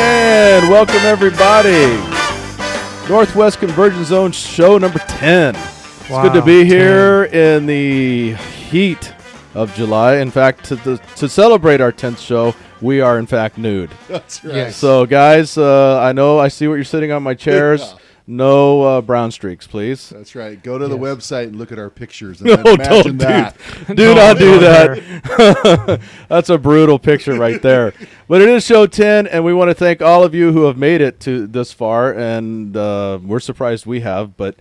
and welcome everybody. Northwest Convergence Zone show number 10. It's good to Wow, be here in the heat of July. In fact, to, the, to celebrate our 10th show, we are in fact nude. That's right. Yes. So, guys, uh, I know I see what you're sitting on my chairs. Yeah. No uh, brown streaks, please. That's right. Go to the Yes. website and look at our pictures. And No, then imagine Oh, don't that. do, do No, not do don't that. That's a brutal picture right there. But it is show ten, and we want to thank all of you who have made it to this far, and uh, we're surprised we have, but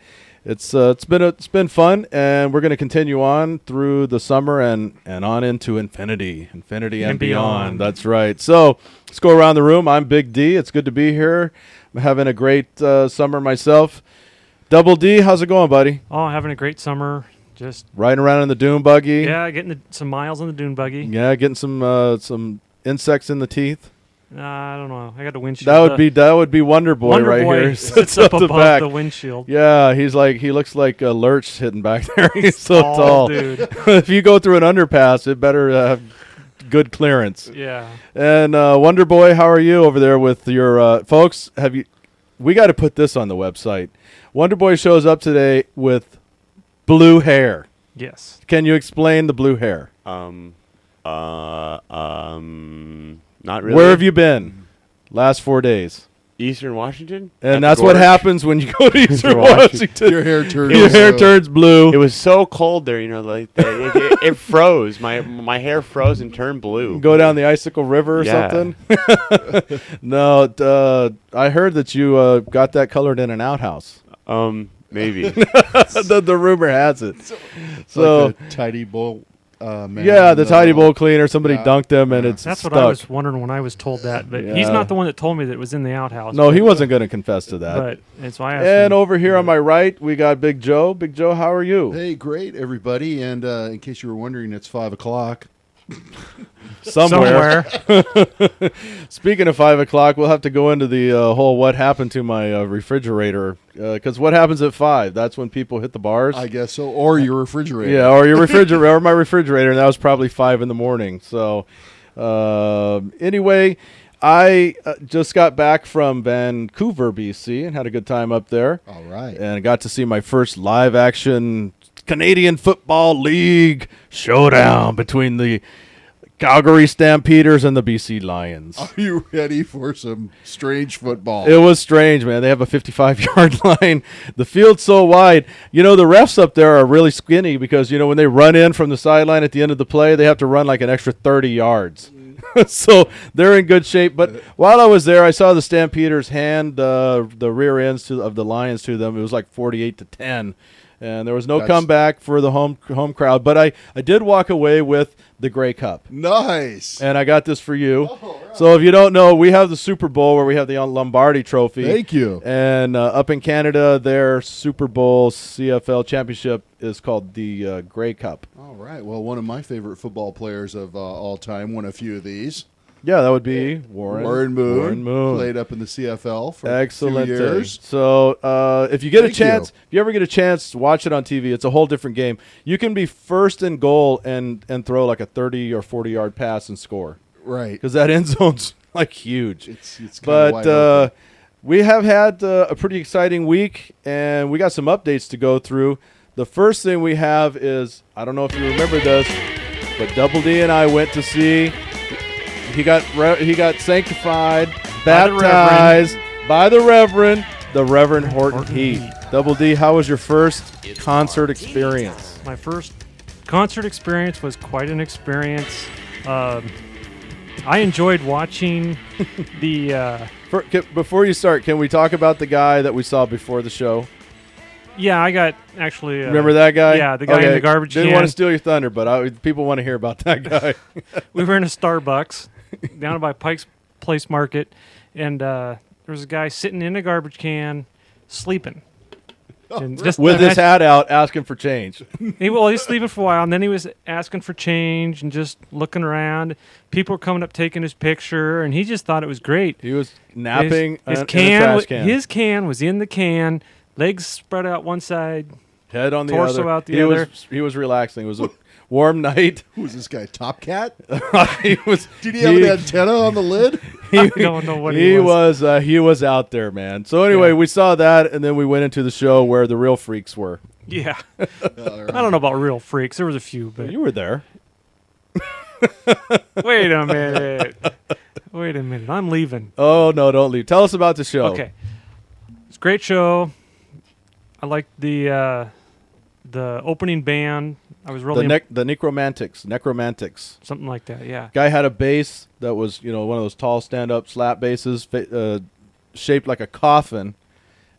it's uh, it's been a, it's been fun, and we're going to continue on through the summer and and on into infinity, infinity and, And beyond. beyond. That's right. So let's go around the room. I'm Big D. It's good to be here. I'm having a great uh, summer myself. Double D, how's it going, buddy? Oh, having a great summer. Just Riding around in the dune buggy. yeah, getting the, some miles on the dune buggy. Yeah, getting some uh, some insects in the teeth. Nah, I don't know. I got the windshield. That would be the that would be Wonder Boy Wonder right Boy here. sits up at the above back. the windshield. Yeah, he's like he looks like a lurch hitting back there. He's so Tall tall. Oh, dude. if you go through an underpass, it better uh, have good clearance. Yeah. And uh, Wonder Boy, how are you over there with your uh, folks? Have you? We got to put this on the website. Wonder Boy shows up today with blue hair. Yes. Can you explain the blue hair? Um, uh, um, not really. Where have you been? Last four days. Eastern Washington, At And the that's what gorge. happens when you go to Eastern Washington. Washington. Your hair turns. Your hair uh, turns blue. It was so cold there, you know, like the, it, it, it froze. My my hair froze and turned blue. go down the Icicle River or Yeah. something. no, d- uh, I heard that you uh, got that colored in an outhouse. Um, maybe. the, the rumor has it. it's So like the tidy bowl. Uh, man, yeah, the tidy uh, bowl cleaner. Somebody Yeah. dunked him, and Yeah. it's That's stuck. what I was wondering when I was told that. But he's Yeah. not the one that told me that it was in the outhouse. no, he wasn't going to confess to that. But and so I asked and him, over here on my right, we got Big Joe. Big Joe, how are you? Hey, great everybody! And uh, in case you were wondering, it's five o'clock. somewhere. Speaking of five o'clock, we'll have to go into the uh, whole what happened to my uh, refrigerator because what happens at five? That's when people hit the bars. I guess so, or your refrigerator. yeah, or your refrigerator, or my refrigerator, and that was probably five in the morning. So, um anyway, I uh, just got back from Vancouver, BC, and had a good time up there, All right. and I got to see my first live action Canadian Football League showdown between the Calgary Stampeders and the BC Lions. Are you ready for some strange football? It was strange, man. They have a 55 yard line. The field's so wide. You know, the refs up there are really skinny because, you know, when they run in from the sideline at the end of the play, they have to run like an extra 30 yards. so they're in good shape. But while I was there, I saw the Stampeders hand uh, the rear ends to, of the Lions to them. It was like 48 to 10. And there was no That's- comeback for the home home crowd. But I, I did walk away with the Grey Cup nice. and I got this for you. Oh, all right. So if you don't know, we have the Super Bowl where we have the Lombardi Trophy. Thank you. And uh, up in Canada, their Super Bowl CFL championship is called the uh, Grey Cup. All right. Well, one of my favorite football players of uh, all time won a few of these. Yeah, that would be Warren, Warren Moon, Warren Moon. played up in the CFL for Excellent. a few years. So uh, if you get a Thank you. chance, if you ever get a chance, watch it on TV. It's a whole different game. You can be first in goal and and throw like a thirty or forty yard pass and score Right. because that end zone's like huge. It's, it's kinda but wide uh, open. we have had uh, a pretty exciting week, and we got some updates to go through. The first thing we have is I don't know if you remember this, but Double D and I went to see. He got re- he got sanctified, By the Reverend. baptized by the Reverend, the Reverend Horton, Horton Heat. Heat. Double D, how was your first concert experience? My first concert experience was quite an experience. Um, I enjoyed watching the. Uh, For, ca- before you start, can we talk about the guy that we saw before the show? yeah, I got actually. Uh, Remember that guy? Yeah, the guy in the garbage Didn't can. want to steal your thunder, but I, people want to hear about that guy. we were in a Starbucks down by Pike's Place Market, and uh, there was a guy sitting in a garbage can, sleeping. And just with his imagine- hat out, asking for change. he well, he's sleeping for a while, and then he was asking for change and just looking around. People were coming up taking his picture, and he just thought it was great. He was napping his, his in a can, trash wa- can. his can was in the can, legs spread out one side, head on the Torso other. out the he other. Was, he was relaxing. It was a warm night. Who's this guy? Top Cat? he was. Did he have an antenna on the lid? I don't know what he, he was. was uh, he was out there, man. So anyway, Yeah. we saw that, and then we went into the show where the real freaks were. Yeah, Uh, I don't know about real freaks. There was a few, but You were there. wait a minute. Wait a minute. I'm leaving. Oh no, don't leave. Tell us about the show. Okay. It's a great show. I liked the uh, the opening band. I was The really nec- the necromantics, necromantics. something like that. Yeah. Guy had a bass that was you know one of those tall stand up slap basses fa- uh, shaped like a coffin,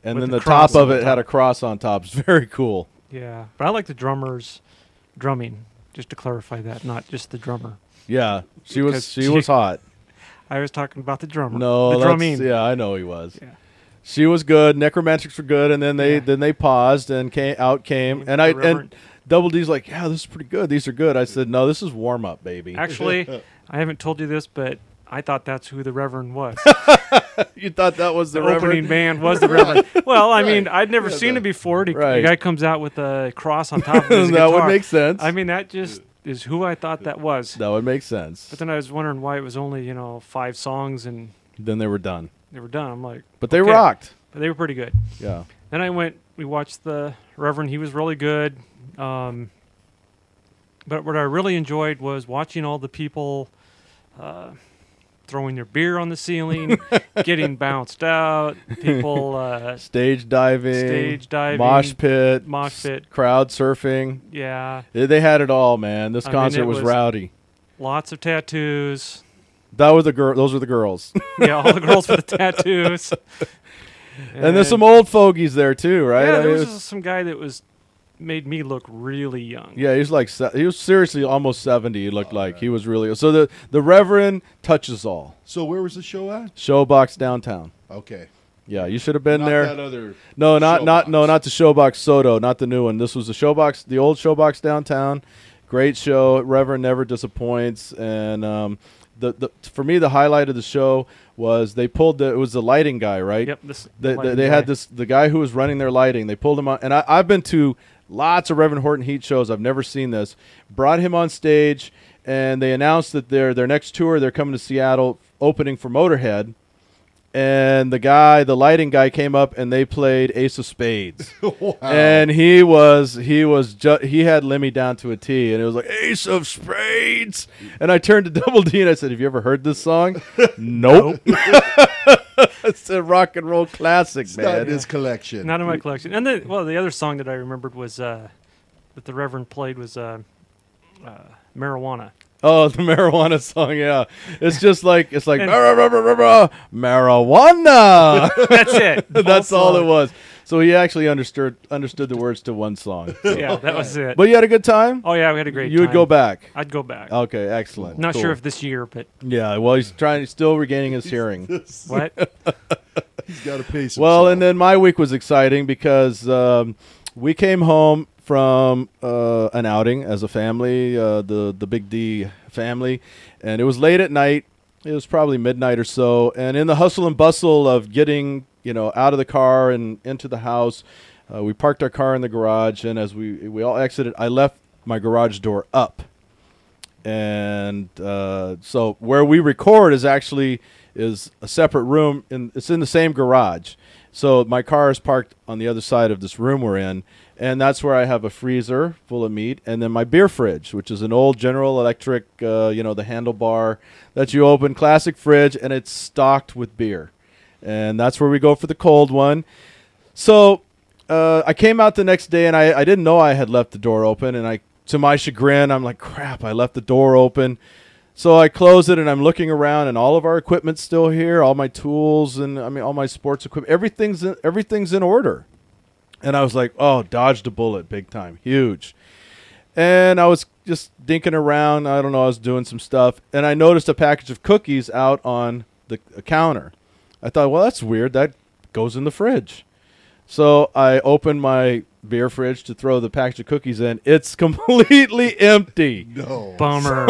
and With then the the, top cross on of it top. had a cross on top. It's very cool. Yeah. But I like the drummer's drumming. Just to clarify that, not just the drummer. Yeah, she was Because she she- was hot. I was talking about the drummer. No, the that's, drumming. yeah, I know he was. Yeah. She was good. Necromantics were good, and then they Yeah. then they paused and came out came Came and I and irreverent. Double D's like, yeah, this is pretty good. These are good. I said, no, this is warm up, baby. Actually, I haven't told you this, but I thought that's who the Reverend was. you thought that was the the Reverend? opening band was the Reverend. Well, I mean, Right. I'd never Yeah, seen the- it before. The, the Right. guy comes out with a cross on top of his that would guitar. make sense. I mean, that just is who I thought that was. that would make sense. But then I was wondering why it was only you know five songs and then they were done, they were done. I'm like, but they Okay. rocked. but they were pretty good. Yeah, Then I went. We watched the Reverend. He was really good. Um, but what I really enjoyed was watching all the people uh, throwing their beer on the ceiling, getting bounced out, people. Uh, stage diving, Stage diving, mosh pit, mosh s- pit. crowd surfing. yeah, They, they had it all, man. This I mean, concert it was, was- rowdy. lots of tattoos. That was the girl. Those were the girls, Yeah, all the girls with the tattoos. and, there's some old fogies there too, right? Yeah, I mean, there was, it's- just some guy that was made me look really young. Yeah, he was like se- he was seriously almost seventy. He looked like he was really so. The the Reverend touches all So where was the show at? Showbox downtown. Okay. Yeah, you should have been Not there. that other. no, not not no, Showbox. not the Showbox Soto, not the new one. This was the Showbox, the old Showbox downtown. Great show. Reverend never disappoints. And um, the, the for me the highlight of the show was they pulled the it was the lighting guy, right? Yep. This They, they, lighting they had guy. this the guy who was running their lighting. They pulled him on, and I, I've been to lots of Reverend Horton Heat shows. I've never seen this. Brought him on stage, and they announced that their their next tour they're coming to Seattle, opening for Motorhead. And the guy, the lighting guy, came up and they played Ace of Spades, Wow. and he was he was ju- he had Lemmy down to a T, and it was like Ace of Spades. And I turned to Double D and I said, "Have you ever heard this song?" nope. it's a rock and roll classic, it's man. not in his collection. Not in my collection. And then, well, the other song that I remembered was uh, that the Reverend played was uh, uh, marijuana. Oh, the marijuana song, yeah. It's just like it's like And- "Mara- ra- ra- ra- ra- marijuana. That's it. That's all it song. was. So he actually understood understood the words to one song. Yeah, that was it. But you had a good time. oh yeah, we had a great. you would time. go back. I'd go back. Okay, excellent. Not Cool. sure if this year, but yeah. Well, he's trying, he's still regaining his hearing. what? He's got a piece. Well, and then my week was exciting because um, we came home from uh, an outing as a family, uh, the the Big D family, and it was late at night. It was probably midnight or so, and in the hustle and bustle of getting you know out of the car and into the house, uh, we parked our car in the garage, and as we we all exited, I left my garage door up and uh, so where we record is actually is a separate room and it's in the same garage so my car is parked on the other side of this room we're in and that's where i have a freezer full of meat and then my beer fridge which is an old general electric uh, you know the handlebar that you open classic fridge and it's stocked with beer and that's where we go for the cold one so uh, I came out the next day and I, I didn't know I had left the door open. And I, to my chagrin, I'm like, crap, I left the door open. So I close it and I'm looking around and all of our equipment's still here, all my tools and I mean all my sports equipment, everything's in, everything's in order. And I was like, oh, dodged a bullet big time, huge. And I was just dinking around. I don't know. I was doing some stuff, and I noticed a package of cookies out on the uh, counter. I thought, well, that's weird. That goes in the fridge. So I opened my beer fridge to throw the package of cookies in. It's completely empty. No. Bummer.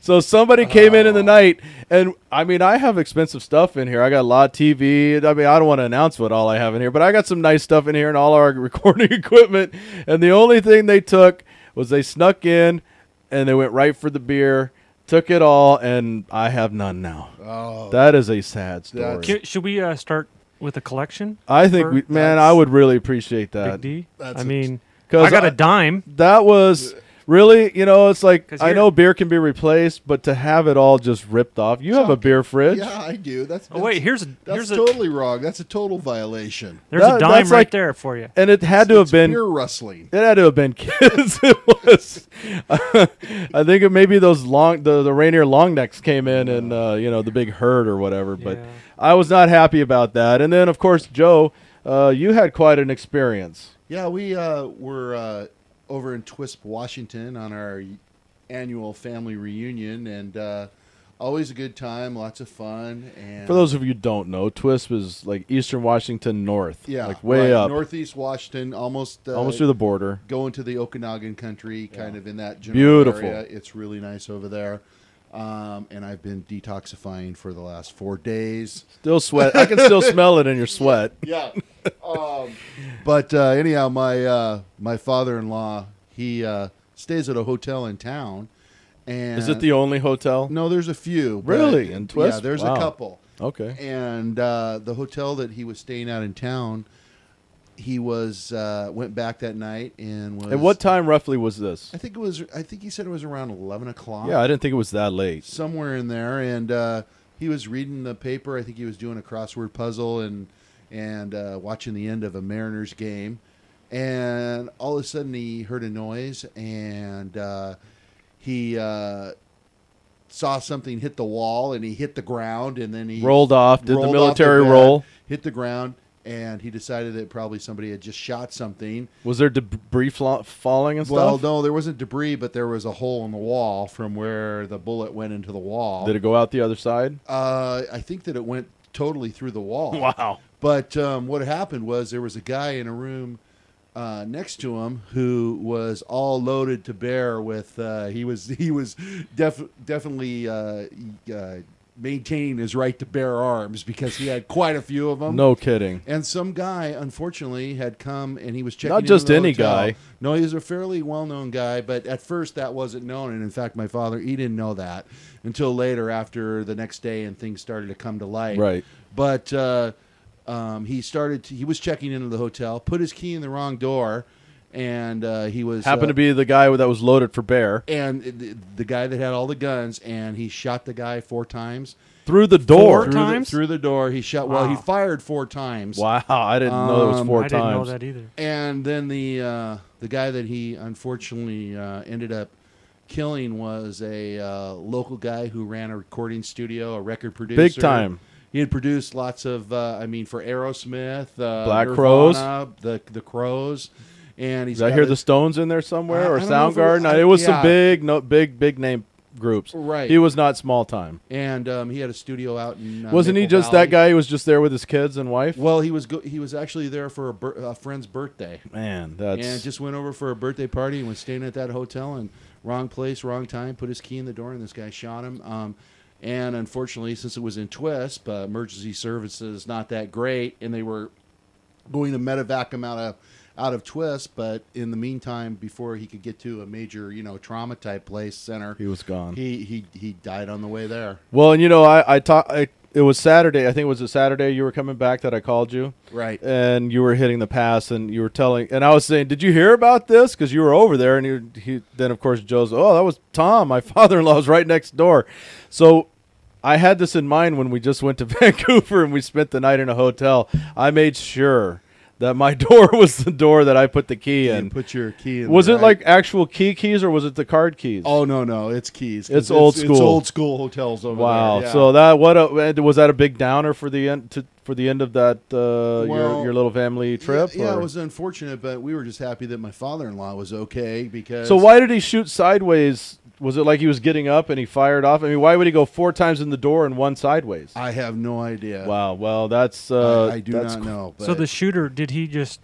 so somebody came in in the night, and I mean, I have expensive stuff in here. I got a lot of TV. I mean, I don't want to announce what all I have in here, but I got some nice stuff in here and all our recording equipment. And the only thing they took was they snuck in, and they went right for the beer, took it all, and I have none now. Oh, That is a sad story. That's- Can- should we uh, start with a collection? I think, we, man, I That's- would really appreciate Big that. D. I that's a- mean, I Because got I- a dime. that was really, you know, it's like 'Cause I here- know beer can be replaced, but to have it all just ripped off, you have a beer fridge. yeah, I do. That's, Oh wait, that's- here's a That's here's a totally wrong. That's a total violation. there's that- a dime that's right like- there for you. And it had to have It's been beer rustling. it had to have been kids. it was. I think it maybe those long the, the Rainier long necks came in and uh, you know the big herd or whatever. But Yeah. I was not happy about that. And then of course Joe, uh, you had quite an experience. Yeah, we uh, were uh, over in Twisp, Washington, on our annual family reunion, and uh, always a good time, lots of fun. And For those of you who don't know, Twisp is like Eastern Washington North, yeah, like way right, up, northeast Washington, almost uh, almost through the border. going to the Okanagan country, kind of in that general Beautiful. area. It's really nice over there. Um, and I've been detoxifying for the last four days. Still sweat. I can still smell it in your sweat. yeah. Um, but uh, anyhow, my uh, my father-in-law he uh, stays at a hotel in town, and Is it the only hotel? no? There's a few but- Really? In Yeah, Twist? there's Wow. a couple, Okay. and uh, the hotel that he was staying at in town, he was uh, went back that night and was At what time roughly was this? I think it was. I think he said it was around eleven o'clock. Yeah, I didn't think it was that late. somewhere in there, and uh, he was reading the paper. I think he was doing a crossword puzzle and and uh, watching the end of a Mariners game, and all of a sudden he heard a noise, and uh, he uh, saw something hit the wall, and he hit the ground, and then he Rolled off, did the rolled off military bed, roll. hit the ground, and he decided that probably somebody had just shot something. Was there debris fla- falling and Well, stuff? no, there wasn't debris, but there was a hole in the wall from where the bullet went into the wall. Did it go out the other side? Uh, I think that it went totally through the wall. Wow. But um, what happened was there was a guy in a room uh, next to him who was all loaded to bear with. Uh, he was he was def- definitely uh, uh, maintaining his right to bear arms because he had quite a few of them. No kidding. And some guy, unfortunately, had come and he was checking. Not into just the any hotel. guy. No, he was a fairly well-known guy, but at first that wasn't known. And in fact, my father he didn't know that until later, after the next day, and things started to come to light. Right. But uh, um, he started. To, he was checking into the hotel, put his key in the wrong door, and uh, he was Happened uh, to be the guy that was loaded for bear and the, the guy that had all the guns, and he shot the guy four times. through the door. Four Through the- times? through the door, he shot. Well, he Wow. fired four times. Wow, I didn't know it was Um, four I didn't know times. that either. and then the uh, the guy that he unfortunately uh, ended up killing was a uh, local guy who ran a recording studio, a record producer, time. He had produced lots of, uh, I mean, for Aerosmith, uh, Black Crows. Nirvana, the the Crows, and he's. Did I got hear a- the Stones in there somewhere I- or I don't know if it was- Soundgarden? I- it was some yeah. big, no, big, big name groups. Right. He was not small time. And um, he had a studio out in. Uh, Wasn't he Maple just Valley. that guy who was just there with his kids and wife? Well, he was go- he was actually there for a, bir- a friend's birthday. Man, that's and just went over for a birthday party and was staying at that hotel and wrong place, wrong time, put his key in the door and this guy shot him. Um, and unfortunately, since it was in Twisp, uh, emergency services not that great, and they were going to medevac him out of out of Twisp. But in the meantime, before he could get to a major, you know, trauma type place center, he was gone. he he he died on the way there. Well, and you know, I I talked. I, it was Saturday. I think it was a Saturday you were coming back that I called you, Right. and you were hitting the pass, and you were telling, and I was saying, "Did you hear about this?" Because you were over there, and you, he, then of course Joe's, "Oh, that was Tom. My father-in-law was right next door." So I had this in mind when we just went to Vancouver and we spent the night in a hotel. I made sure that my door was the door that I put the key And in. put your key in. Was the it right- like actual key keys or was it the card keys? Oh no no, it's keys. 'cause It's old It's school. old school hotels over Wow. there. yeah. So that what a, was that a big downer for the end to, for the end of that uh, your Well, your little family trip? Yeah, yeah, or- it was unfortunate, but we were just happy that my father-in-law was okay because. so why did he shoot sideways? Was it like he was getting up and he fired off? I mean, why would he go four times in the door and one sideways? I have no idea. wow. Well, that's I, uh, I do that's not know. But So the shooter did he just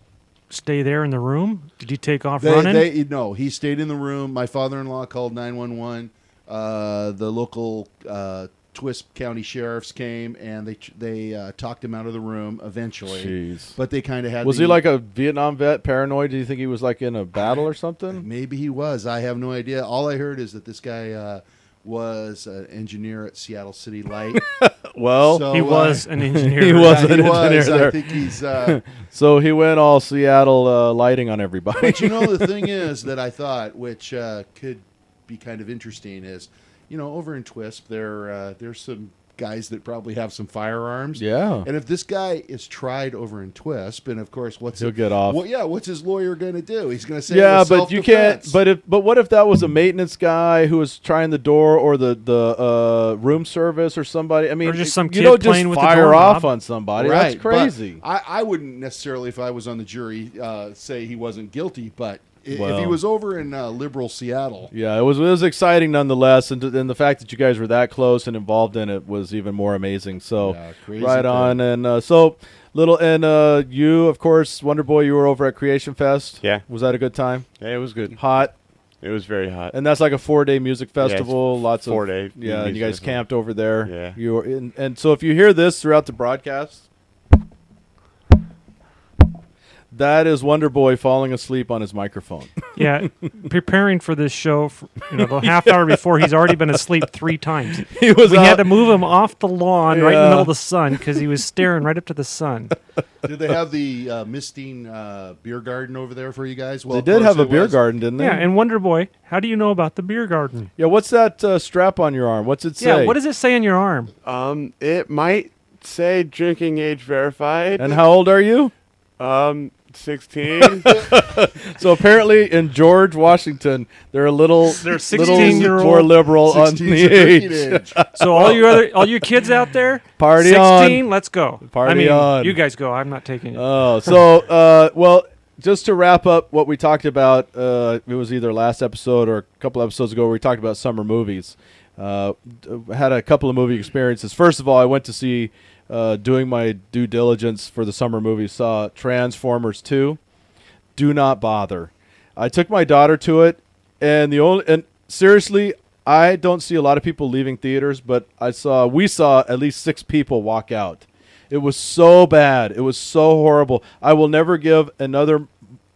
stay there in the room? Did you take off They, running? they no, he stayed in the room. My father-in-law called 911. Uh, the local uh, Twist County sheriffs came and they they uh, talked him out of the room eventually. Jeez. But they kind of had Was the- he like a Vietnam vet, paranoid? Do you think he was like in a battle or something? Maybe he was. I have no idea. All I heard is that this guy uh, was an engineer at Seattle City Light. Well, So, he uh, was an engineer. oh, He was. yeah, he an engineer was. I there. think he's. Uh, so he went all Seattle uh, lighting on everybody. but you know, the thing is that I thought, which uh, could be kind of interesting, is you know, over in Twisp, there uh, there's some guys that probably have some firearms. yeah. And if this guy is tried over in Twisp, and of course, what's He'll get off. Well, yeah, what's his lawyer going to do? He's going to say, it yeah, was but you self-defense. can't. But if but what if that was a maintenance guy who was trying the door or the the uh, room service or somebody? I mean, just some you kid don't just playing with the fire off doorknob. on somebody. That's but crazy. I, I wouldn't necessarily, if I was on the jury, uh, say he wasn't guilty, but i if he Well. was over in uh, liberal Seattle, yeah, it was it was exciting nonetheless, and, and the fact that you guys were that close and involved in it was even more amazing. So Yeah, crazy right thing. on, and uh, so little and uh, you of course, Wonder Boy, you were over at Creation Fest. Yeah. was that a good time? Yeah, it was good. Hot, It was very hot. and that's like a four day music it's festival. lots of four-day Yeah, and you music guys festival. camped over there. Yeah. you were in, and so if you hear this throughout the broadcast, that is Wonder Boy falling asleep on his microphone. yeah, preparing for this show, for, you know, the half hour before he's already been asleep three times. he was We out- had to move him off the lawn right in the Yeah. middle of the sun because he was staring right up to the sun. did they have the uh, misting uh, beer garden over there for you guys? Well, They of did course have a it beer was. garden, didn't they? Yeah, and Wonder Boy, how do you know about the beer garden? Yeah, what's that uh, strap on your arm? What's it say? Yeah, what does it say on your arm? Um, it might say drinking age verified. and how old are you? um, sixteen. So apparently in George Washington, they're a little They're little 16-year-old. more liberal on 16 the drinking age. age. So all you other all you kids out there, Party 16, let's go. I Party mean, on. you guys go. I'm not taking it. Oh, so uh, well, just to wrap up what we talked about, uh, it was either last episode or a couple episodes ago where we talked about summer movies. Uh, d- had a couple of movie experiences. First of all, I went to see, uh, doing my due diligence for the summer movies, saw Transformers Two. Do not bother. I took my daughter to it, and the only and seriously, I don't see a lot of people leaving theaters, but I saw we saw at least six people walk out. It was so bad. It was so horrible. I will never give another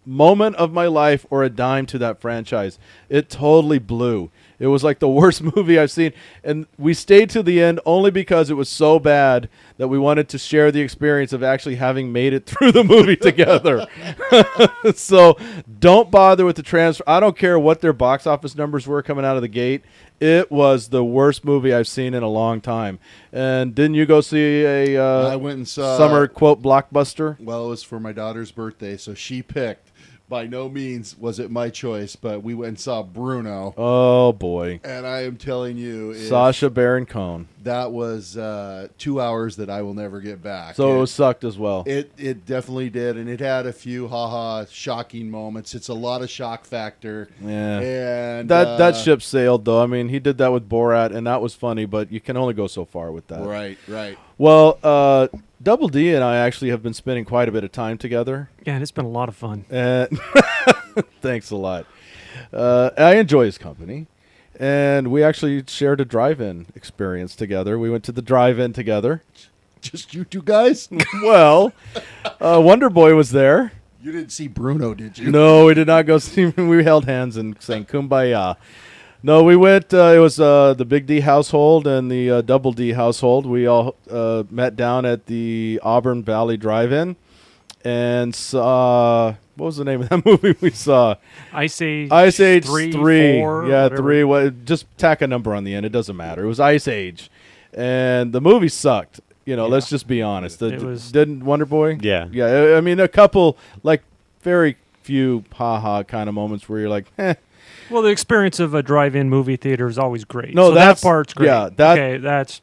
moment of my life or a dime to that franchise. It totally blew. It was like the worst movie I've seen. And we stayed to the end only because it was so bad that we wanted to share the experience of actually having made it through the movie together. so don't bother with the transfer. I don't care what their box office numbers were coming out of the gate. It was the worst movie I've seen in a long time. And didn't you go see a uh, I went and saw- summer quote blockbuster? Well, it was for my daughter's birthday, so she picked. By no means was it my choice, but we went and saw Bruno, Oh boy, and I am telling you, if Sasha Baron Cohen. that was uh, two hours that I will never get back. So it It- was sucked as well. It it definitely did, and it had a few haha shocking moments. It's a lot of shock factor. Yeah. and that uh, that ship sailed though. I mean, he did that with Borat, and that was funny, but you can only go so far with that. Right, right. Well, uh, Double D and I actually have been spending quite a bit of time together. yeah, and it's been a lot of fun. Uh, thanks a lot. Uh, I enjoy his company, and we actually shared a drive-in experience together. We went to the drive-in together. Just you two guys. well, uh, Wonder Boy was there. you didn't see Bruno, did you? No, we did not go see him. We held hands and sang "Kumbaya." No, we went. Uh, it was uh, the Big D household and the uh, Double D household. We all uh, met down at the Auburn Valley Drive-In and saw what was the name of that movie we saw? Ice Age. Ice Age three, three, four, yeah, whatever. three. What? Just tack a number on the end. It doesn't matter. It was Ice Age, and the movie sucked. You know, let's just be honest. The, It was- didn't Wonder Boy. Yeah. yeah. I- I mean, a couple like very few haha kind of moments where you're like, eh. Well, the experience of a drive-in movie theater is always great. No, so that that's- part's great. yeah, that- okay, that's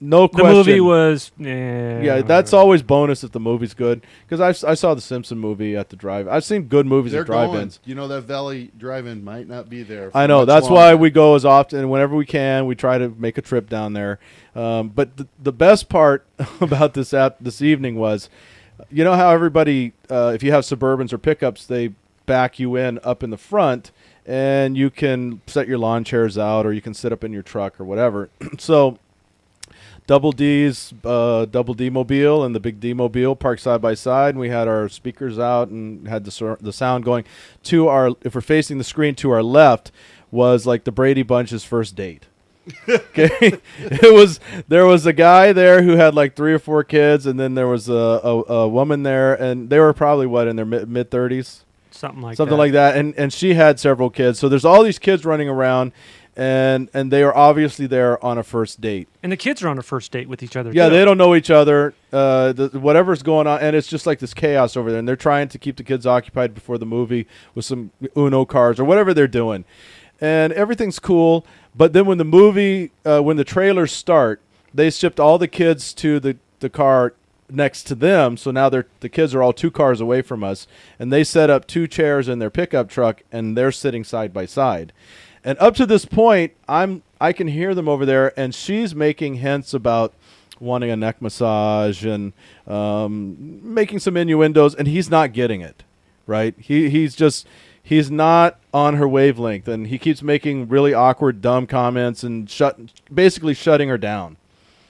no the question. movie was. eh, Yeah, that's always bonus if the movie's good. Because I, saw the Simpson movie at the drive. I've seen good movies They're at drive-ins. going. You know that Valley Drive-In might not be there. for I know. much That's why longer. we go as often, whenever we can, we try to make a trip down there. Um, but the, the best part about this app this evening was you know how everybody, uh, if you have Suburbans or pickups, they back you in up in the front, and you can set your lawn chairs out, or you can sit up in your truck or whatever. so, Double D's uh, Double D Mobile and the Big D Mobile parked side by side. And we had our speakers out and had the sur- the sound going. To our, if we're facing the screen, to our left was like the Brady Bunch's first date. Okay, it was there was a guy there who had like three or four kids, and then there was a, a, a woman there, and they were probably what in their mid thirties, something like something that. like that, and and she had several kids. So there's all these kids running around, and and they are obviously there on a first date. And the kids are on a first date with each other. Yeah, too. they don't know each other. Uh, the, whatever's going on, and it's just like this chaos over there. And they're trying to keep the kids occupied before the movie with some Uno cards or whatever they're doing. And everything's cool, but then when the movie, uh, when the trailers start, they shipped all the kids to the the car next to them. So now they're the kids are all two cars away from us, and they set up two chairs in their pickup truck, and they're sitting side by side. And up to this point, I'm I can hear them over there, and she's making hints about wanting a neck massage and um, making some innuendos, and he's not getting it, right? He he's just he's not on her wavelength, and he keeps making really awkward, dumb comments and shut basically shutting her down.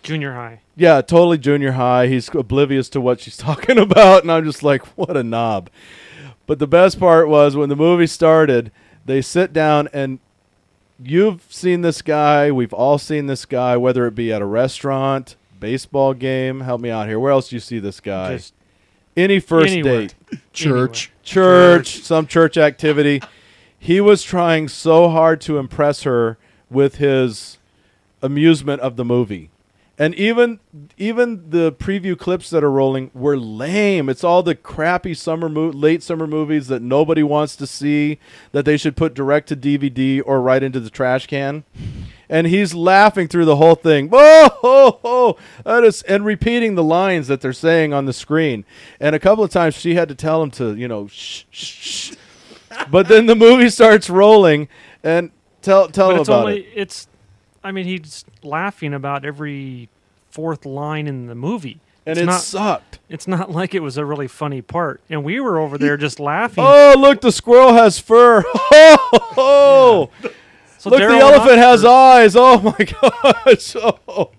Junior high. Yeah, totally junior high. He's oblivious to what she's talking about, and I'm just like, what a knob. But the best part was when the movie started, they sit down and you've seen this guy, we've all seen this guy, whether it be at a restaurant, baseball game, help me out here. Where else do you see this guy? Just Any first anywhere. date Church. church, some church activity. He was trying so hard to impress her with his amusement of the movie. And even even the preview clips that are rolling were lame. It's all the crappy summer mo- late summer movies that nobody wants to see that they should put direct to DVD or right into the trash can. And he's laughing through the whole thing. Whoa, ho, ho. That is, and repeating the lines that they're saying on the screen. And a couple of times she had to tell him to, you know, shh, shh, shh. But then the movie starts rolling and tell tell But him it's about only it. it's. I mean, he's laughing about every fourth line in the movie. And uh, it's it not. sucked. it's not like it was a really funny part, and we were over there just laughing. Oh, look, the squirrel has fur. Oh, so look, the Daryl elephant has Rucker- eyes. Oh my gosh! Oh.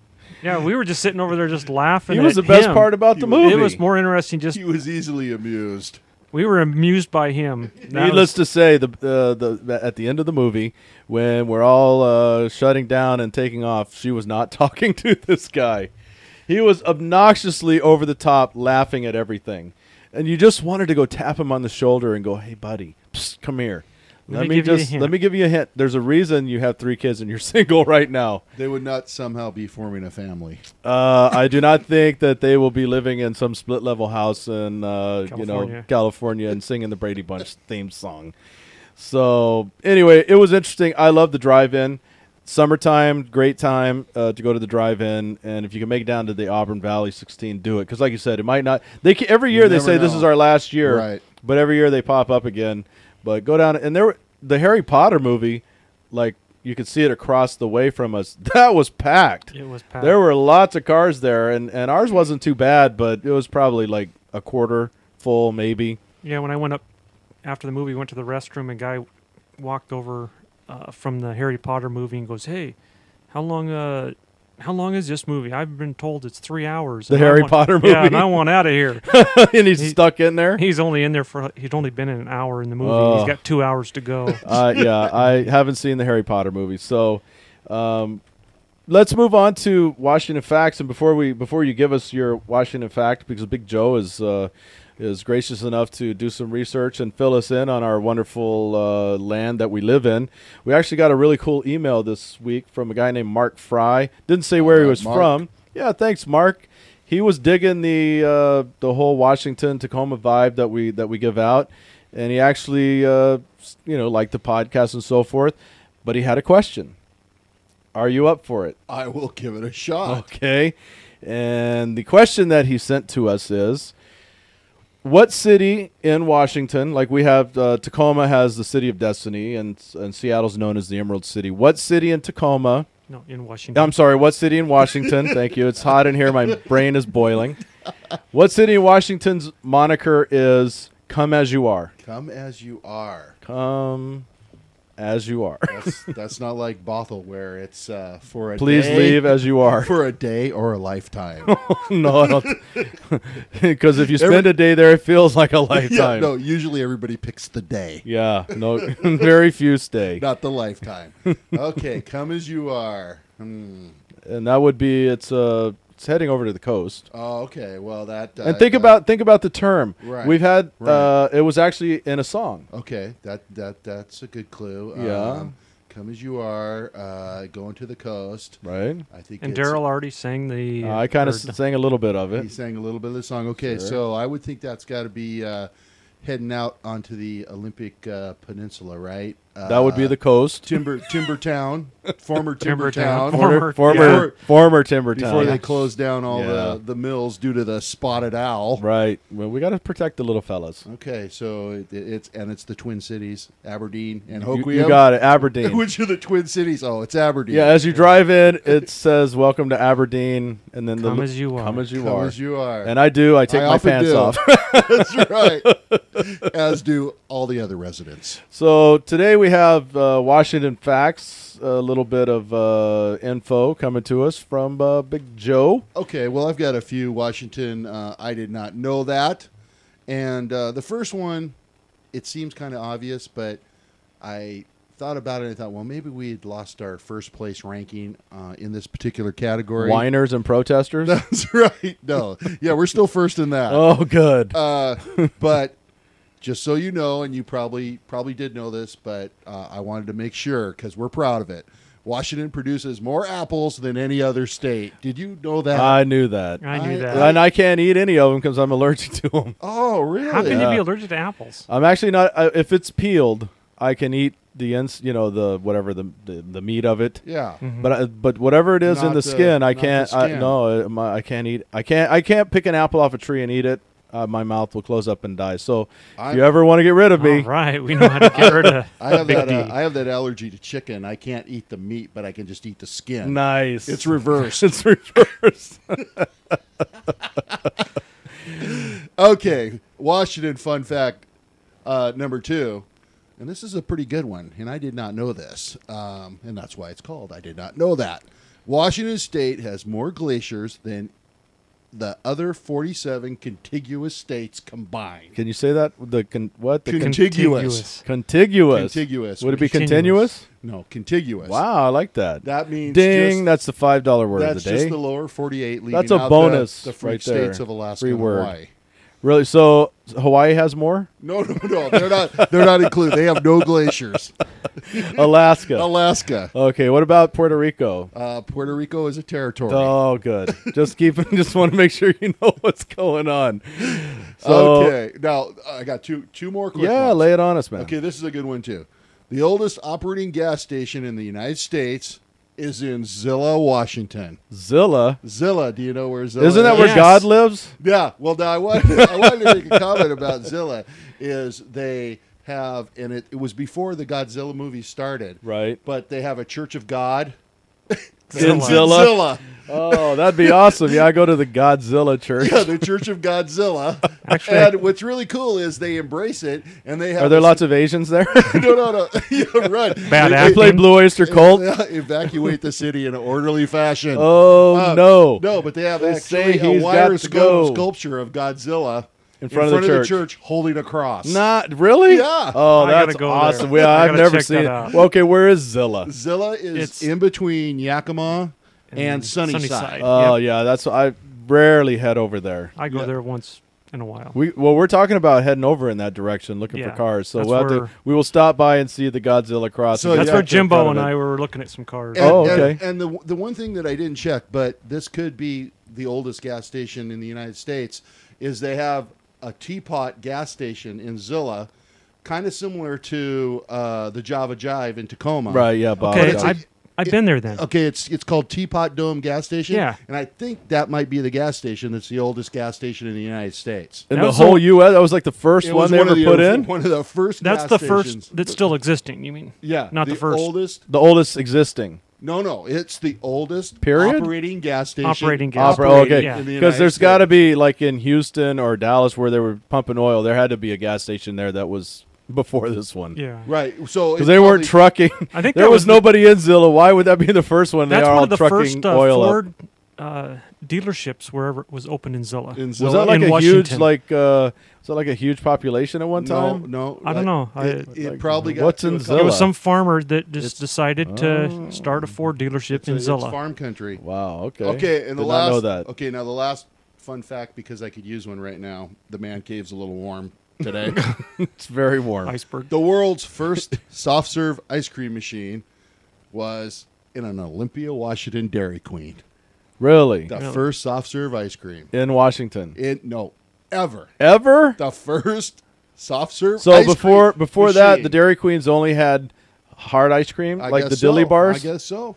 Yeah, we were just sitting over there just laughing. He was the at best him. part about the He was- movie. It was more interesting. Just He was easily amused. we were amused by him. That Needless was- to say, the uh, the at the end of the movie, when we're all uh, shutting down and taking off, she was not talking to this guy. He was obnoxiously over the top, laughing at everything, and you just wanted to go tap him on the shoulder and go, "Hey, buddy, psst, come here. Let Let, me, me give you a just hint." let me give you a hint. There's a reason you have three kids and you're single right now. They would not somehow be forming a family. Uh, I do not think that they will be living in some split level house in uh, you know California. California and singing the Brady Bunch theme song. So anyway, it was interesting. I love the drive-in. Summertime, great time uh, to go to the drive-in, and if you can make it down to the Auburn Valley 16, do it. Because like you said, it might not. They ca- every year You they never say this know. is our last year, Right. But every year they pop up again. But go down and there were- the Harry Potter movie, like you could see it across the way from us. That was packed. it was packed. There were lots of cars there, and, and ours wasn't too bad, but it was probably like a quarter full, maybe. Yeah, when I went up after the movie, went to the restroom, and guy walked over uh, from the Harry Potter movie and goes, "Hey, how long? Uh, how long is this movie? I've been told it's three hours." The and I Harry want- Potter Yeah, and movie? I want out of here. and he's He- stuck in there. he's only in there for he's only been in an hour in the movie. Oh. He's got two hours to go. uh, yeah, I haven't seen the Harry Potter movie, so um, let's move on to Washington facts. And before we before you give us your Washington fact, because Big Joe is uh, is gracious enough to do some research and fill us in on our wonderful uh, land that we live in. We actually got a really cool email this week from a guy named Mark Fry. Didn't say where he right, was Mark. from. Yeah, thanks, Mark. He was digging the uh, the whole Washington Tacoma vibe that we that we give out, and he actually uh, s- you know liked the podcast and so forth. But he had a question. Are you up for it? I will give it a shot. Okay. And the question that he sent to us is what city in Washington, like we have uh, Tacoma has the city of destiny and and Seattle's known as the Emerald City. What city in Tacoma? no, in Washington. I'm sorry, what city in Washington? Thank you. It's hot in here. My brain is boiling. What city in Washington's moniker is "Come as you are"? Come as you are. Come as you are. That's, that's not like Bothell, where it's uh, for a Please day- leave as you are. for a day or a lifetime. no, I don't. Because if you spend Every- a day there, it feels like a yeah, lifetime. no. Usually everybody picks the day, Yeah, no, very few stay, not the lifetime. okay, come as you are. Hmm. and that would be it's uh it's heading over to the coast. Oh, okay. Well, that And think uh, about think about the term. Right, We've had right. uh, it was actually in a song. Okay, that that that's a good clue. Um, Yeah. come as you are. Uh, going to the coast. Right. I think. And it's- Daryl already sang the. Uh, I kind or of sang a little bit of He it. sang a little bit of the song. Okay, Sure. so I would think that's got to be uh, heading out onto the Olympic uh, Peninsula, right? Uh, That would be the coast. Timber Timbertown, former Timbertown. Timbertown, Former former- former, yeah. former timber before town. they closed down all Yeah. the the mills due to the spotted owl. Right. Well, we got to protect the little fellas. Okay, so it, it's and it's the Twin Cities, Aberdeen and You, Hoquiam. you got it, Aberdeen. Which are the Twin Cities? Oh, it's Aberdeen. Yeah, as you drive in, it says "Welcome to Aberdeen," and then the Come li- as you are. Come as you Come are. as you are. And I do. I take I my often pants do. off. That's right. As do all the other residents. so today we have uh, Washington facts, a little bit of uh, info coming to us from uh, Big Joe. Okay, well, I've got a few Washington. Uh, I did not know that. And uh, the first one, it seems kind of obvious, but I thought about it and I thought, well, maybe we had lost our first place ranking uh, in this particular category. Whiners and protesters. That's right. No. Yeah, we're still first in that. oh, good. Uh, but just so you know, and you probably probably did know this, but uh, I wanted to make sure because we're proud of it. Washington produces more apples than any other state. Did you know that? I knew that. I knew I- that. and I can't eat any of them because I'm allergic to them. oh, really? How can Yeah. you be allergic to apples? I'm actually not. I, if it's peeled, I can eat the ins. You know the whatever the the, the meat of it. Yeah. But I, but whatever it is in Not the the- skin, I not the can't. I, skin. no, I, my, I can't eat. I can't. I can't pick an apple off a tree and eat it. Uh, my mouth will close up and die. So if I- you ever want to get rid of me, All right, we know how to get rid of. I have Big that. Uh, D. I have that allergy to chicken. I can't eat the meat, but I can just eat the skin. nice. It's reversed. it's reversed. okay, Washington fun fact uh, number two, and this is a pretty good one, and I did not know this, um, and that's why it's called I did not know that. Washington State has more glaciers than the other forty-seven contiguous states combined. can you say that? The con, what? The con- Con- Contiguous. contiguous. Contiguous. Would it be Continuous. continuous? No, contiguous. Wow, I like that. that means Ding! just- that's the five dollar word That's of the day. just the lower forty-eight. Leaving That's a out bonus The, the freak right there. states of Alaska Free and word. Hawaii. Really? So Hawaii has more? No, no, no. They're not. They're not included. They have no glaciers. Alaska. Alaska. Okay. What about Puerto Rico? Uh, Puerto Rico is a territory. Oh, good. Just keep. Just want to make sure you know what's going on. So, okay. Now uh, I got two two more quick Yeah, ones. lay it on us, man. Okay, this is a good one too. The oldest operating gas station in the United States is in Zilla, Washington. Zilla. Zilla, do you know where Zilla Isn't that is? where Yes. God lives? Yeah. Well, now I wanted, I wanted to make a comment about Zilla. Is they have, and it, it was before the Godzilla movie started, Right. but they have a Church of God. In Zilla. Zilla. Zilla. Oh, that'd be awesome. Yeah, I go to the Godzilla church. Yeah, the Church of Godzilla. Actually, and what's really cool is they embrace it, and they have. Are there this- lots of Asians there? no, no, no. yeah, right. Bad They- I apple. play Asian. Blue Oyster they- Cult. they evacuate the city in an orderly fashion. Oh Uh, no! No, but they have They actually say a he's wire got to scu- go. sculpture of Godzilla In front of the church holding a cross. Not really. Yeah. Oh, I gotta that's go there. awesome. We- I I've gotta never check seen that it. out. Well, okay, where is Zilla? Zilla is It's- in between Yakima and, And Sunnyside. Sunnyside. Oh yeah, that's I rarely head over there. I go Yeah. there once in a while. We well, we're talking about heading over in that direction, looking Yeah, for cars. So that's we'll have to, where- we will stop by and see the Godzilla cross. So and That's yeah, get where back to the front Jimbo of and it. I were looking at some cars. And, Oh, and- okay. And, the the one thing that I didn't check, but this could be the oldest gas station in the United States, is they have a teapot gas station in Zilla, kind of similar to uh, the Java Jive in Tacoma. Right, yeah, Bob. okay, it's yeah. a- I've, I've been there then. Okay, it's it's called Teapot Dome Gas Station. Yeah. And I think that might be the gas station that's the oldest gas station in the United States. in That the was whole the- U.S., that was like the first It one was they one ever of the- put in. One of the first That's gas the stations. first that's still existing. You mean? Yeah. not the first. oldest The oldest existing. No, no, it's the oldest Period? operating gas station. Operating gas Opera, Operating, okay, yeah. because in there's got to be like in Houston or Dallas where they were pumping oil. There had to be a gas station there that was before this one. Yeah. right. So because it's they weren't probably- trucking. I think there that was, was the- nobody in Zilla. Why would that be the first one? That's they are one all of the trucking first uh, oil. up. Ford uh, dealerships wherever was opened in Zilla. in Was Zilla. that like in a Washington. huge like? Uh, was that like a huge population at one time? No, no I don't know. I- It, it Like, probably got what's to in a Zilla? It couple- was some farmer that just It's- decided Oh. to start a Ford dealership It's, a- in it's Zilla. farm country. Wow. Okay. Okay, and Did the not last know that. okay now the last fun fact because I could use one right now. The man cave's a little warm today. It's very warm. Iceberg. the world's first soft serve ice cream machine was in an Olympia, Washington Dairy Queen. Really? The Really? first soft serve ice cream. In Washington. It no ever Ever? the first soft serve. So ice before cream before that, machine. the Dairy Queens only had hard ice cream, I like the guess dilly so. bars. I guess so.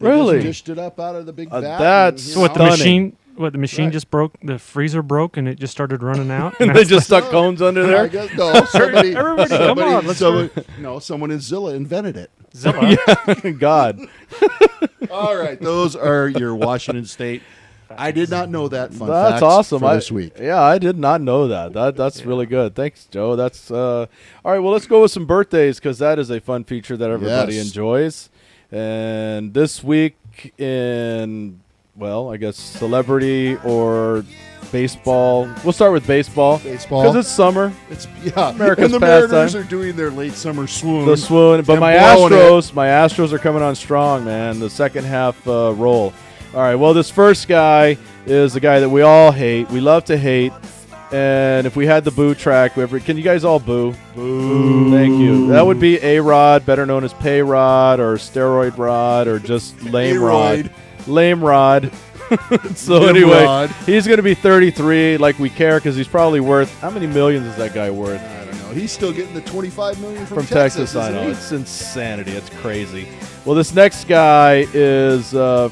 Really? just dished it up out of the big Uh, vat. and, that's you So what the know, Stunning. machine? What the machine Right. just broke? The freezer broke and it just started running out. And and they that's just stuck cones under I there. guess no. Somebody, Everybody, come somebody- on, let's someone- no, someone in Zilla invented it. Zilla. God. All right, those are your Washington State. I did not know that. Fun That's facts awesome. for I, this week. Yeah, I did not know that. That that's really good. Thanks, Joe. That's uh, all right. Well, let's go with some birthdays because that is a fun feature that everybody Yes. enjoys. And this week in well, I guess celebrity or baseball. We'll start with baseball. Baseball. because it's summer. It's yeah. America's and the pastime. Mariners are doing their late summer swoon. The swoon, but And my blowing it. Astros, my Astros are coming on strong, man. The second half uh, roll. All right. Well, this first guy is the guy that we all hate. We love to hate. And if we had the boo track, whoever, can you guys all boo? Boo. Thank you. That would be A Rod, better known as Pay Rod or Steroid Rod or just Lame A-Rod. Rod. Lame Rod. so Lame anyway, Rod. he's going to be 33 like we care because he's probably worth, how many millions is that guy worth? I don't know. He's still getting the twenty-five million from, from Texas. I isn't know he? it's insanity. It's crazy. Well, this next guy is, uh,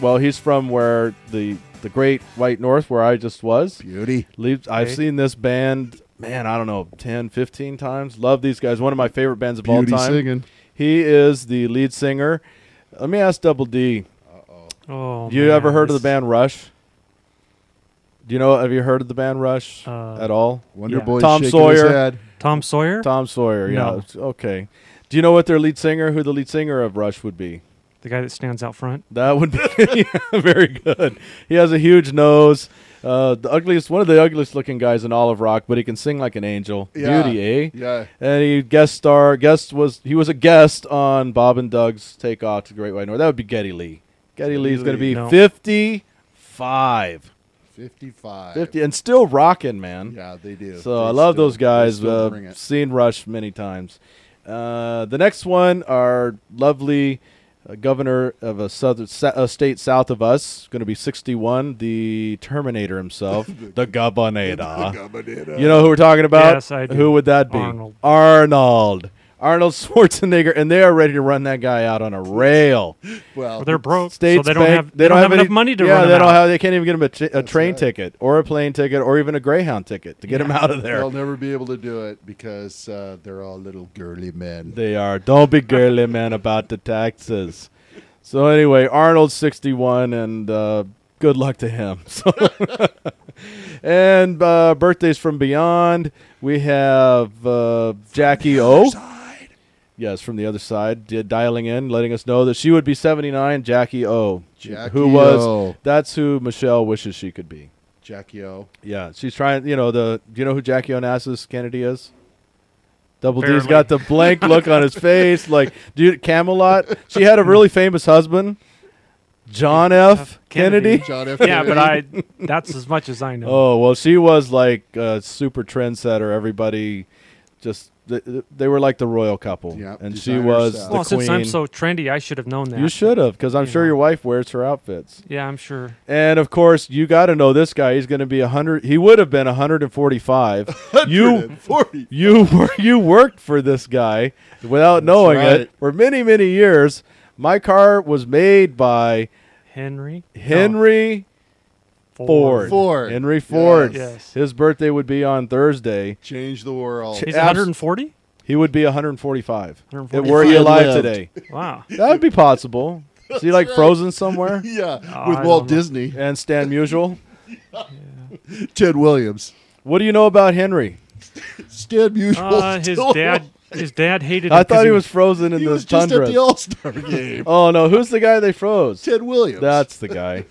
well, he's from where the the Great White North, where I just was. beauty. Leaves- I've Okay. seen this band, man, I don't know, 10, 15 times. Love these guys. One of my favorite bands of Beauty all time. singing. He is the lead singer. Let me ask Double D. Oh, you man, ever heard of this- the band Rush? Do you know? Have you heard of the band Rush Uh, at all? Wonder Yeah. Boy Tom shaking his Sawyer. head. Tom Sawyer? Tom Sawyer. Yeah. No. it's- Okay. Do you know what their lead singer, who the lead singer of Rush would be? The guy that stands out front. That would be yeah, very good. He has a huge nose. Uh, the ugliest, one of the ugliest looking guys in all of rock, but he can sing like an angel. Yeah. Beauty, eh? Yeah. And he guest star, guest was he was a guest on Bob and Doug's Take Off to Great White North. That would be Getty Lee. Getty Lee's going to be No. 55, 55. 50, and still rocking, man. Yeah, they do. So They I love still- those they guys. still Uh, bring it. seen Rush many times. Uh, the next one, our lovely uh, governor of a southern sa- a state south of us, going to be 61. The Terminator himself, the Gabaneda. uh, You know who we're talking about? Yes, I do. Who would that be? Arnold. Arnold. Arnold Schwarzenegger, and they are ready to run that guy out on a rail. well, Well, they're broke, Oh, States so they don't Bank- have they, don't, have, enough any- money to yeah, run him they don't out. have. They can't even get him a, chi- a train right. ticket or a plane ticket or even a Greyhound ticket to get him out of there. they'll never be able to do it because uh, they're all little girly men. They are. Don't be girly, man, about the taxes. So anyway, Arnold's 61, and uh, good luck to him. So, and uh, birthdays from beyond, we have uh, Jackie O. Side. Yes, from the other side, di- dialing in, letting us know that she would be 79. Jackie O. Jackie who was? O. That's who Michelle wishes she could be. Jackie O. Yeah, she's trying. You know the. Do you know who Jackie Onassis Kennedy is? Double D's Barely. got the blank look on his face, like dude Camelot. She had a really famous husband, John F. Kennedy. Kennedy. John F. yeah, Kennedy. but I that's as much as I know. Oh well, she was like a super trendsetter. Everybody just th- th- they were like the royal couple, Yeah, and she designer was style. the well, queen. since I'm so trendy, I should have known that. you should have, because I'm You sure know. your wife wears her outfits. Yeah, I'm sure. And of course, you got to know this guy. He's going to be 100. He would have been 145. you 40. you were you worked for this guy without knowing right. it for many many years. My car was made by Henry. No, Henry Ford. Ford. Henry Ford. Yes. His birthday would be on Thursday. Change the world. Ch- He's Abs- 140. He would be 145. It 145. were he If I alive lived. today, Wow. that would be possible. Is he like frozen somewhere? yeah, Oh, with I Walt don't know. Disney, And Stan Musial. Ted Williams, What do you know about Henry? Stan Musial. Uh, his still- dad. His dad hated. I him 'cause thought he was frozen in He the was just tundra. at the All Star game. oh no, who's the guy they froze? Ted Williams. That's the guy.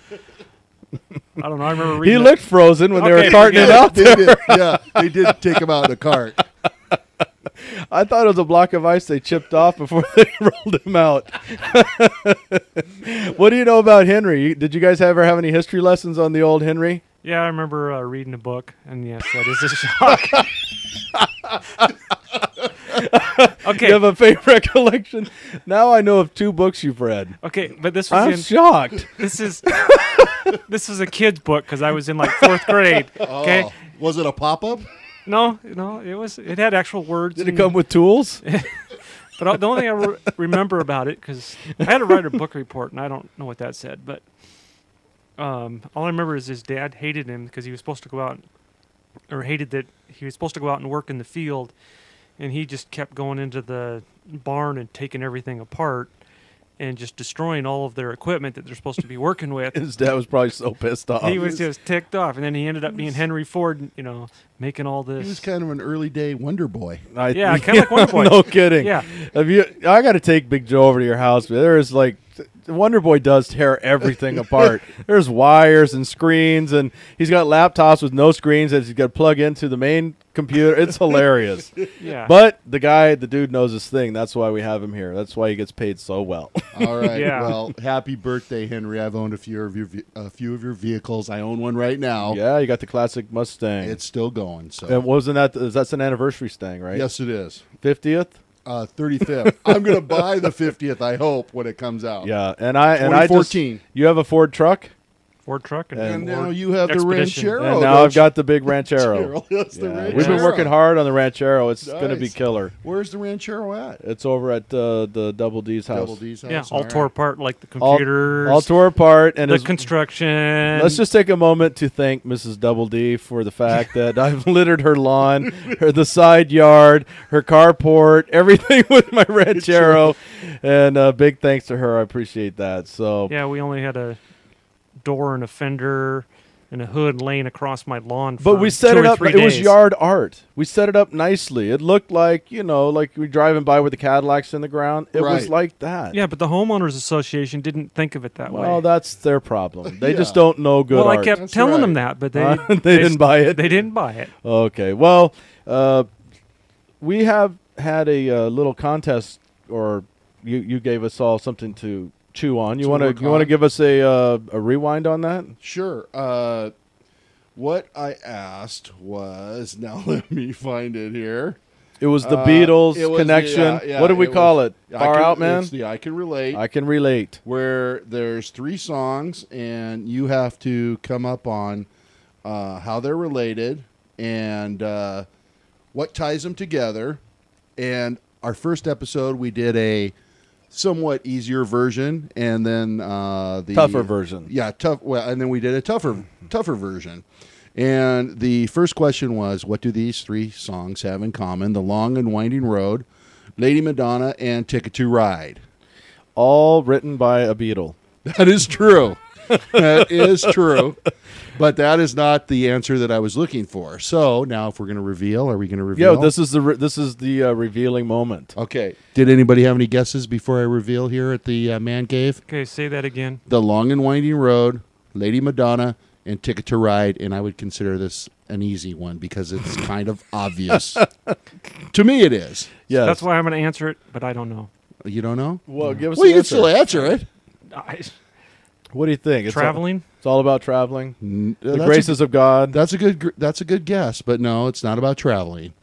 I don't know. I remember he reading. that. looked frozen when they Okay, were carting forget it out. They did. Yeah, they did take him out in a cart. I thought it was a block of ice they chipped off before they rolled him out. what do you know about Henry? You- Did you guys ever have any history lessons on the old Henry? Yeah, I remember uh, reading a book, and yes, that is a shock. You okay, have a favorite recollection? Now I know of two books you've read. okay, but this was I'm in shocked. this is this was a kid's book because I was in like fourth grade. Okay, Oh, was it a pop up? no, no, it was it had actual words. Did it and- come with tools? But I- the only thing I re- remember about it because I had to write a book report, and I don't know what that said, but um, all I remember is his dad hated him because he was supposed to go out, or hated that he was supposed to go out and work in the field, and he just kept going into the barn and taking everything apart and just destroying all of their equipment that they're supposed to be working with. His dad was probably so pissed off. He was just ticked off, and then he ended up being Henry Ford, you know, making all He was this. kind of an early day Wonder Boy. I, Yeah, kinda like Wonder Boy. No kidding. Yeah. Have you? I got to take Big Joe over to your house. But there is like, Wonder Boy does tear everything apart. There's wires and screens, and he's got laptops with no screens that he's got to plug into the main computer. It's hilarious. Yeah, But the guy, the dude knows his thing. That's why we have him here. That's why he gets paid so well. All right. Yeah. Well, happy birthday, Henry. I've owned a few of your a few of your vehicles. I own one right now. yeah, you got the classic Mustang. Oh. It's still going. So and wasn't that is that's an anniversary Stang, right? yes, it is. fiftieth. Uh, 35th. I'm gonna buy the 50th. I hope when it comes out. Yeah, and I and I just 2014. you have a Ford truck, Ford truck and, And Ford- now you have Expedition. the Ranchero. and now I've don't got the big Ranchero. you? Yes, the Yeah, Ranchero. We've been working hard on the Ranchero. It's going to be Nice. killer. Where's the Ranchero at? It's over at uh, the Double D's house. Double D's house. yeah, all right. tore apart like the All, computers. all tore apart, and the it's- construction. let's just take a moment to thank Mrs. Double D for the fact that I've littered her lawn, her the side yard, her carport, everything with my Ranchero, and uh, big thanks to her. I appreciate that. So yeah, we only had a door and a fender and a hood laying across my lawn. But for we set two it or up. three It was days. yard art. We set it up nicely. It looked like you know, like we driving by with the Cadillacs in the ground. It was Right. like that. Yeah, but the homeowners association didn't think of it that Well, way. that's their problem. They just Yeah. don't know good well, art. I kept That's telling them that, right. but they Huh? They didn't buy it? They didn't buy it. Okay. Well, uh, we have had a uh, little contest, or you you gave us all something to chew on. You To want to work you want to on. give us a uh, a rewind on that? Sure. Uh, what I asked was now let me find it here. It was the Uh, Beatles it was the- connection. yeah, yeah, what do we call was- it? I Far can- out, man. It's the I can relate. I can relate. where there's three songs and you have to come up on uh, how they're related and uh, what ties them together. And our first episode, we did a somewhat easier version, and then uh, the Tougher version. Yeah, tough. Well, and then we did a tougher, tougher version. And the first question was, what do these three songs have in common? The Long and Winding Road, Lady Madonna, and Ticket to Ride. All written by a Beatle. That is true. that is true. But that is not the answer that I was looking for. So now, if we're going to reveal, are we going to Yo, reveal? this is the re- this is the uh, revealing moment. okay. Did anybody have any guesses before I reveal here at the uh, man cave? Okay, say that again. The Long and Winding Road, Lady Madonna, and Ticket to Ride. And I would consider this an easy one because it's kind of obvious. to me, it is. Yes. That's why I'm going to answer it, but I don't know. You don't know? Well, give us Well, the you can answer. still answer it. I, What do you think? It's all- traveling. it's all about traveling. N- the that's a- graces of God. that's a good. gr- That's a good guess, but no, it's not about traveling.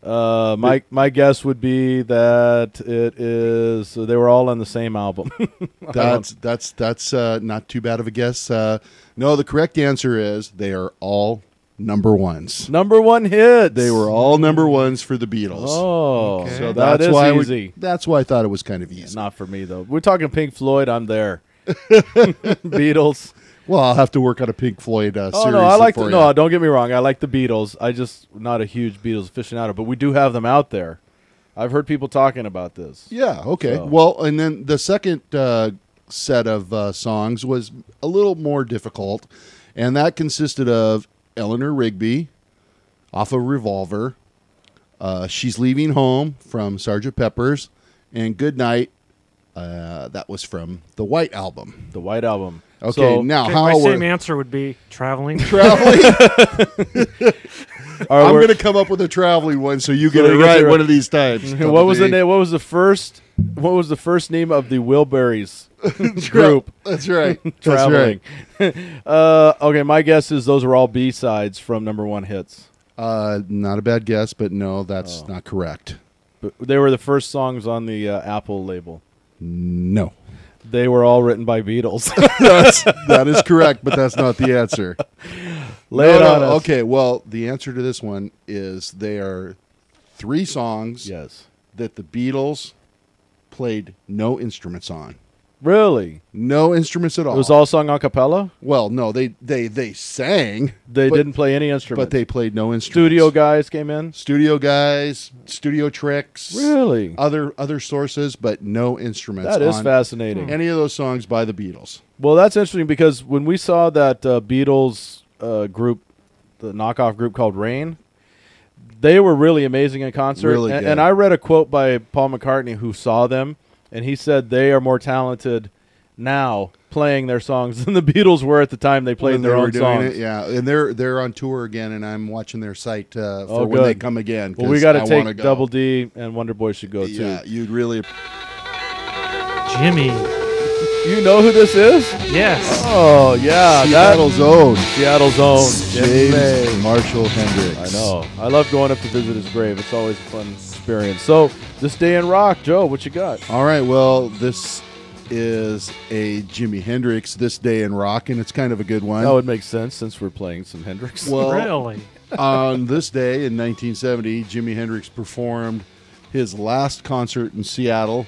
Uh, my my guess would be that it is uh, they were all on the same album. That's that's that's uh, not too bad of a guess. Uh, no, the correct answer is they are all number ones. Number one hit. They were all number ones for the Beatles. Oh, Okay. so So that's why I would- easy. that's why I thought it was kind of It's easy. Not for me though. We're talking Pink Floyd. I'm there. Beatles. Well, I'll have to work on a Pink Floyd uh, Oh series. no, I like for the, you. no. Don't get me wrong. I like the Beatles. I just not a huge Beatles aficionado, but we do have them out there. I've heard people talking about this. Yeah. Okay. So- Well, and then the second uh, set of uh, songs was a little more difficult, and that consisted of Eleanor Rigby off of Revolver, uh, She's Leaving Home from Sgt. Pepper's, and Goodnight. Uh, that was from the White Album. The White Album. Okay, So, now Okay, how my we're same answer would be traveling. traveling. are I'm we- going to come up with a traveling one, so you So get it you get right it right. one of these times. what was the Double D. name? What was the first? What was the first name of the Wilburys group? That's right. That's Traveling. right. uh, okay, my guess is those are all B sides from number one hits. Uh, not a bad guess, but no, Oh. that's not correct. But they were the first songs on the uh, Apple label. No. They were all written by Beatles. That's, that is correct, but that's not the answer. Lay No, it no, on us. Okay, well, the answer to this one is they are three songs Yes. that the Beatles played no instruments on. Really? No instruments at all. It was all sung a cappella. well, no, they they they sang, They But- didn't play any instruments. but they played no instruments. studio guys came in. studio guys, studio tricks, Really? other other sources, but no instruments. Uh, That is on fascinating. Any of those songs by the Beatles? Well, that's interesting because when we saw that uh, Beatles uh, group, the knockoff group called Rain, they were really amazing in concert. Really and, good. and I read a quote by Paul McCartney who saw them, and he said they are more talented now playing their songs than the Beatles were at the time they played when their they were own doing songs. it, yeah, and they're they're on tour again, and I'm watching their site uh, for Oh, when they good. come again. Well, we 'cause got I to wanna take go. Double D and Wonder Boy should go Yeah, too. you'd really. Jimmy. You know who this is? Yes. Oh yeah, that Seattle's own Seattle's own. Jim May. James Marshall Hendrix. I know. I love going up to visit his grave. It's always a fun experience. So, this day in rock, Joe, what you got? All right, well, this is a Jimi Hendrix "This Day in Rock," and it's kind of a good one. That would make sense since we're playing some Hendrix. well, really? on this day in 1970, Jimi Hendrix performed his last concert in Seattle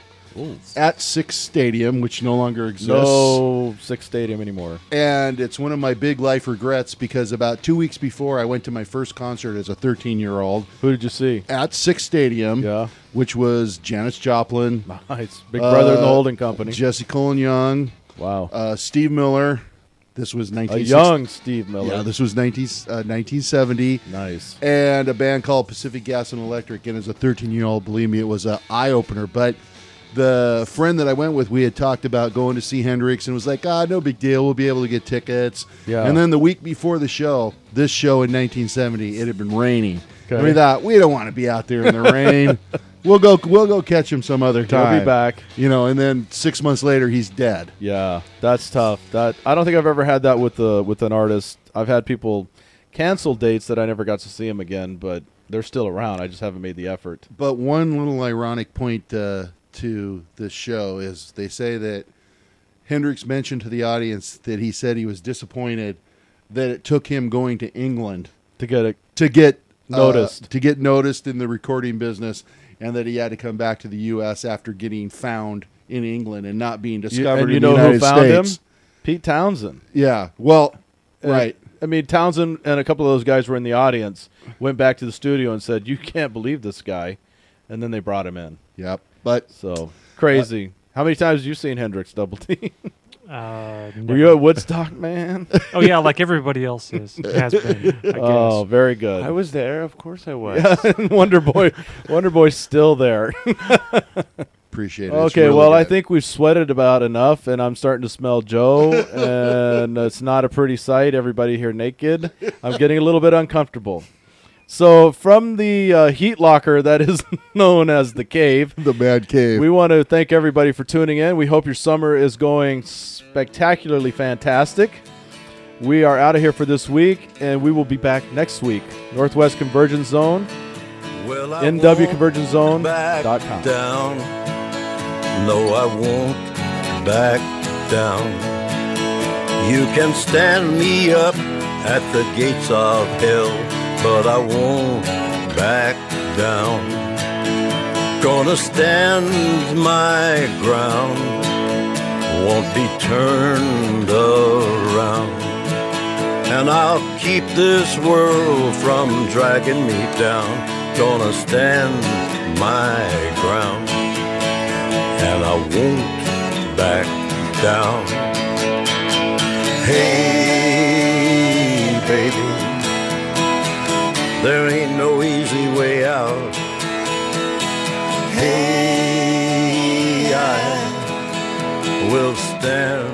at Six Stadium, which no longer exists. no six stadium anymore. And it's one of my big life regrets because about two weeks before, I went to my first concert as a 13 year old Who did you see? at Six Stadium, Yeah. which was Janis Joplin, Nice. Big Brother in the Uh, Holding Company. Jesse Colin Young, wow. uh, Steve Miller. This was a 1960. young Steve Miller. Yeah, this was 19, uh, 1970. nice. and a band called Pacific Gas and Electric. And as a 13 year old, believe me, it was a eye opener. But the friend that I went with, we had talked about going to see Hendrix and was like, ah, no big deal. We'll be able to get tickets. Yeah. And then the week before the show, this show in 1970, it had been raining. And we Okay. thought, we don't want to be out there in the rain. We'll go. We'll go catch him some other He'll time. be back. you know. And then six months later, he's dead. Yeah, that's tough. That I don't think I've ever had that with the with an artist. I've had people cancel dates that I never got to see them again, but they're still around. I just haven't made the effort. But one little ironic point uh, to this show is they say that Hendrix mentioned to the audience that he said he was disappointed that it took him going to England To get it to get uh, Noticed. to get noticed in the recording business, and that he had to come back to the U.S. after getting found in England and not being You- discovered. and in you the know United who found States. him? Uh, Pete Townsend. Yeah. Well, And, right. I mean, Townsend and a couple of those guys were in the audience, went back to the studio and said, You can't believe this guy. And then they brought him in. Yep. But So crazy. How many times have you seen Hendrix double T? Uh, were you at Woodstock, man? oh yeah, like everybody else is has been. I guess. oh, very good. I was there. Of course I was. Wonder Boy, Wonder Boy's still there. appreciate it. It's okay, really well, I good. think we've sweated about enough, and I'm starting to smell Joe, and it's not a pretty sight. Everybody here naked. I'm getting a little bit uncomfortable. So, from the uh, heat locker that is known as the cave, the Mad Cave. we want to thank everybody for tuning in. We hope your summer is going spectacularly fantastic. We are out of here for this week, and we will be back next week. Northwest Convergence Zone, Well, I won't back nwconvergencezone.com. down. No, I won't back down. You can stand me up at the gates of hell, but I won't back down. Gonna stand my ground, won't be turned around. And I'll keep this world from dragging me down. Gonna stand my ground. And I won't back down. Hey, baby, there ain't no easy way out. Hey, I will stand